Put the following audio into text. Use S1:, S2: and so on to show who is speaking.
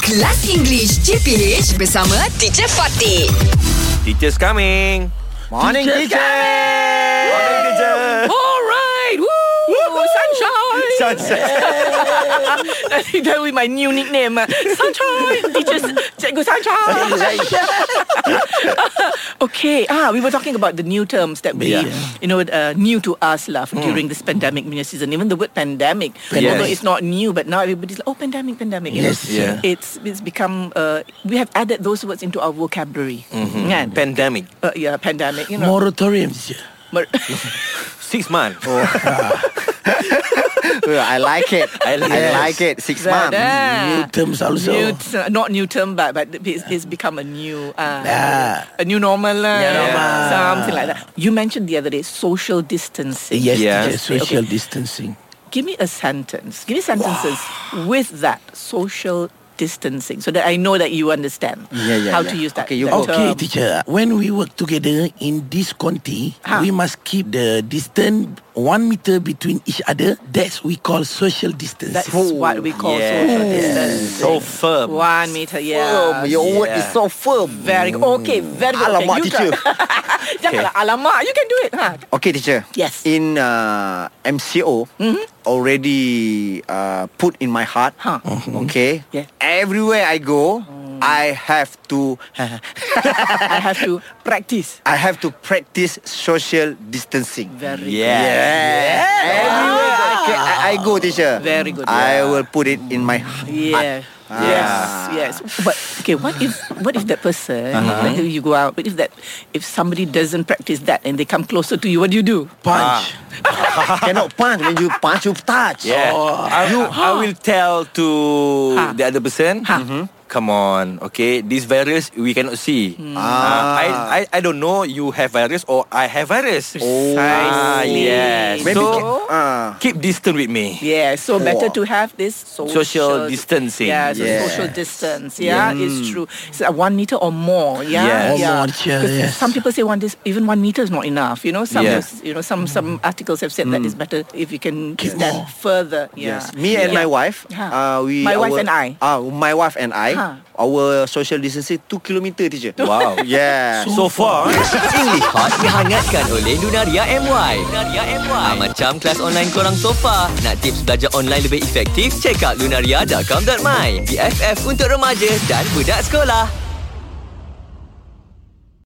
S1: Kelas English CPH bersama Teacher Fatih.
S2: Teacher's coming. Morning,
S3: Teacher's
S2: teacher. Morning, teacher.
S3: All right. Woo! Sunshine.
S2: Sunshine.
S3: that will be my new nickname. uh, Sunshine. Teachers, cikgu sunshine. okay. Ah, we were talking about the new terms that we,
S2: Yeah. Mm.
S3: you know, uh, new to us lah during this pandemic punya season. Even the word pandemic,
S2: Yes.
S3: although it's not new, but now everybody's like, oh, pandemic, pandemic. you know.
S4: Yes.
S2: Yeah.
S3: It's it's become. Uh, we have added those words into our vocabulary.
S2: Mm-hmm.
S3: Kan?
S2: Pandemic.
S3: uh, yeah, pandemic. You know.
S4: Moratorium teacher.
S3: Mor-
S2: Six months.
S3: Oh.
S5: Well, I like it. I like,
S2: Yes.
S5: it. Six
S3: Right,
S5: months.
S3: eh.
S4: New terms also.
S3: New ter- not new term, but but it's, it's become a new uh,
S4: Yeah.
S3: a new normal, lah.
S2: New normal.
S3: something like that. You mentioned the other day social distancing.
S4: Yes,
S2: Yeah.
S4: teacher. Social distancing.
S3: Give me a sentence. Give me sentences with that social distancing, so that I know that you understand
S5: Yeah, yeah,
S3: how
S5: yeah.
S3: to use that.
S5: Okay, you
S3: that
S5: go.
S4: Okay,
S3: term.
S4: teacher. When we work together in this county,
S3: Huh.
S4: we must keep the distance one meter between each other. That's we call social
S3: That's
S4: distancing.
S3: what we call
S2: Yeah.
S3: social distancing.
S2: So firm.
S3: One meter, yeah.
S5: Firm. Your word
S2: Yeah.
S5: is so firm.
S3: Very good. Okay, very good. Okay,
S5: Alamak,
S3: you
S5: teacher.
S3: try. Janganlah alamak. You can do it. Huh?
S5: Okay, teacher.
S3: Yes. Mm-hmm.
S5: In uh, MCO, already uh, put in my heart. Mm-hmm.
S3: Huh.
S5: Okay.
S3: Yeah. Mm.
S5: Everywhere I go, I have to.
S3: I have to practice.
S5: I have to practice social distancing.
S3: Very
S5: Yeah.
S2: Yeah.
S5: Everywhere I, can, I, I go, teacher.
S3: Very good.
S5: I will put it in my heart.
S3: Yeah.
S2: ah.
S3: Yes, yes. But okay, what if what if that person
S2: Uh-huh.
S3: like, you go out? What if that if somebody doesn't practice that and they come closer to you? What do you do?
S4: Punch.
S5: Cannot punch. When you punch, you touch.
S2: Yeah.
S4: Oh.
S2: I, you, I will tell to
S3: Ha.
S2: the other person. Mm-hmm.
S3: Ha.
S2: Come on, okay. This virus we cannot see.
S3: Hmm.
S2: Ah. I, I I don't know you have virus or I have virus. Ah,
S3: Precisely.
S2: yes.
S5: Maybe
S2: so uh,
S5: ca- ah.
S2: keep distance with me.
S3: Yeah, so better
S5: Wow.
S3: to have this social,
S2: Social distancing. Mm.
S3: Yeah, so
S5: Yeah.
S3: social distance. Yeah, it's true. It's uh, one meter or more. Yeah,
S2: Yes. Or
S3: yeah.
S4: more, yeah,
S3: 'Cause
S4: yes.
S3: Some people say one dis- even one meter is not enough. You know, some
S2: Yeah. Mm.
S3: you know some some articles have said that it's better if you can
S4: Get
S3: stand
S4: Mm. more.
S3: further. Yeah.
S5: Yes, me and
S3: Yeah.
S5: my wife.
S3: Huh.
S5: Uh, we
S3: My wife
S5: our-
S3: and I. Ha.
S5: Ah, my wife and I.
S3: Huh.
S5: Our social distancing two kilometer, teacher.
S2: Wow.
S5: Yeah.
S2: So far.
S6: English Hot dihangatkan oleh Lunaria MY. Lunaria MY. Ha, macam kelas online korang sofa. Nak tips belajar online lebih efektif? Check out lunaria.com.my. BFF untuk remaja dan budak sekolah.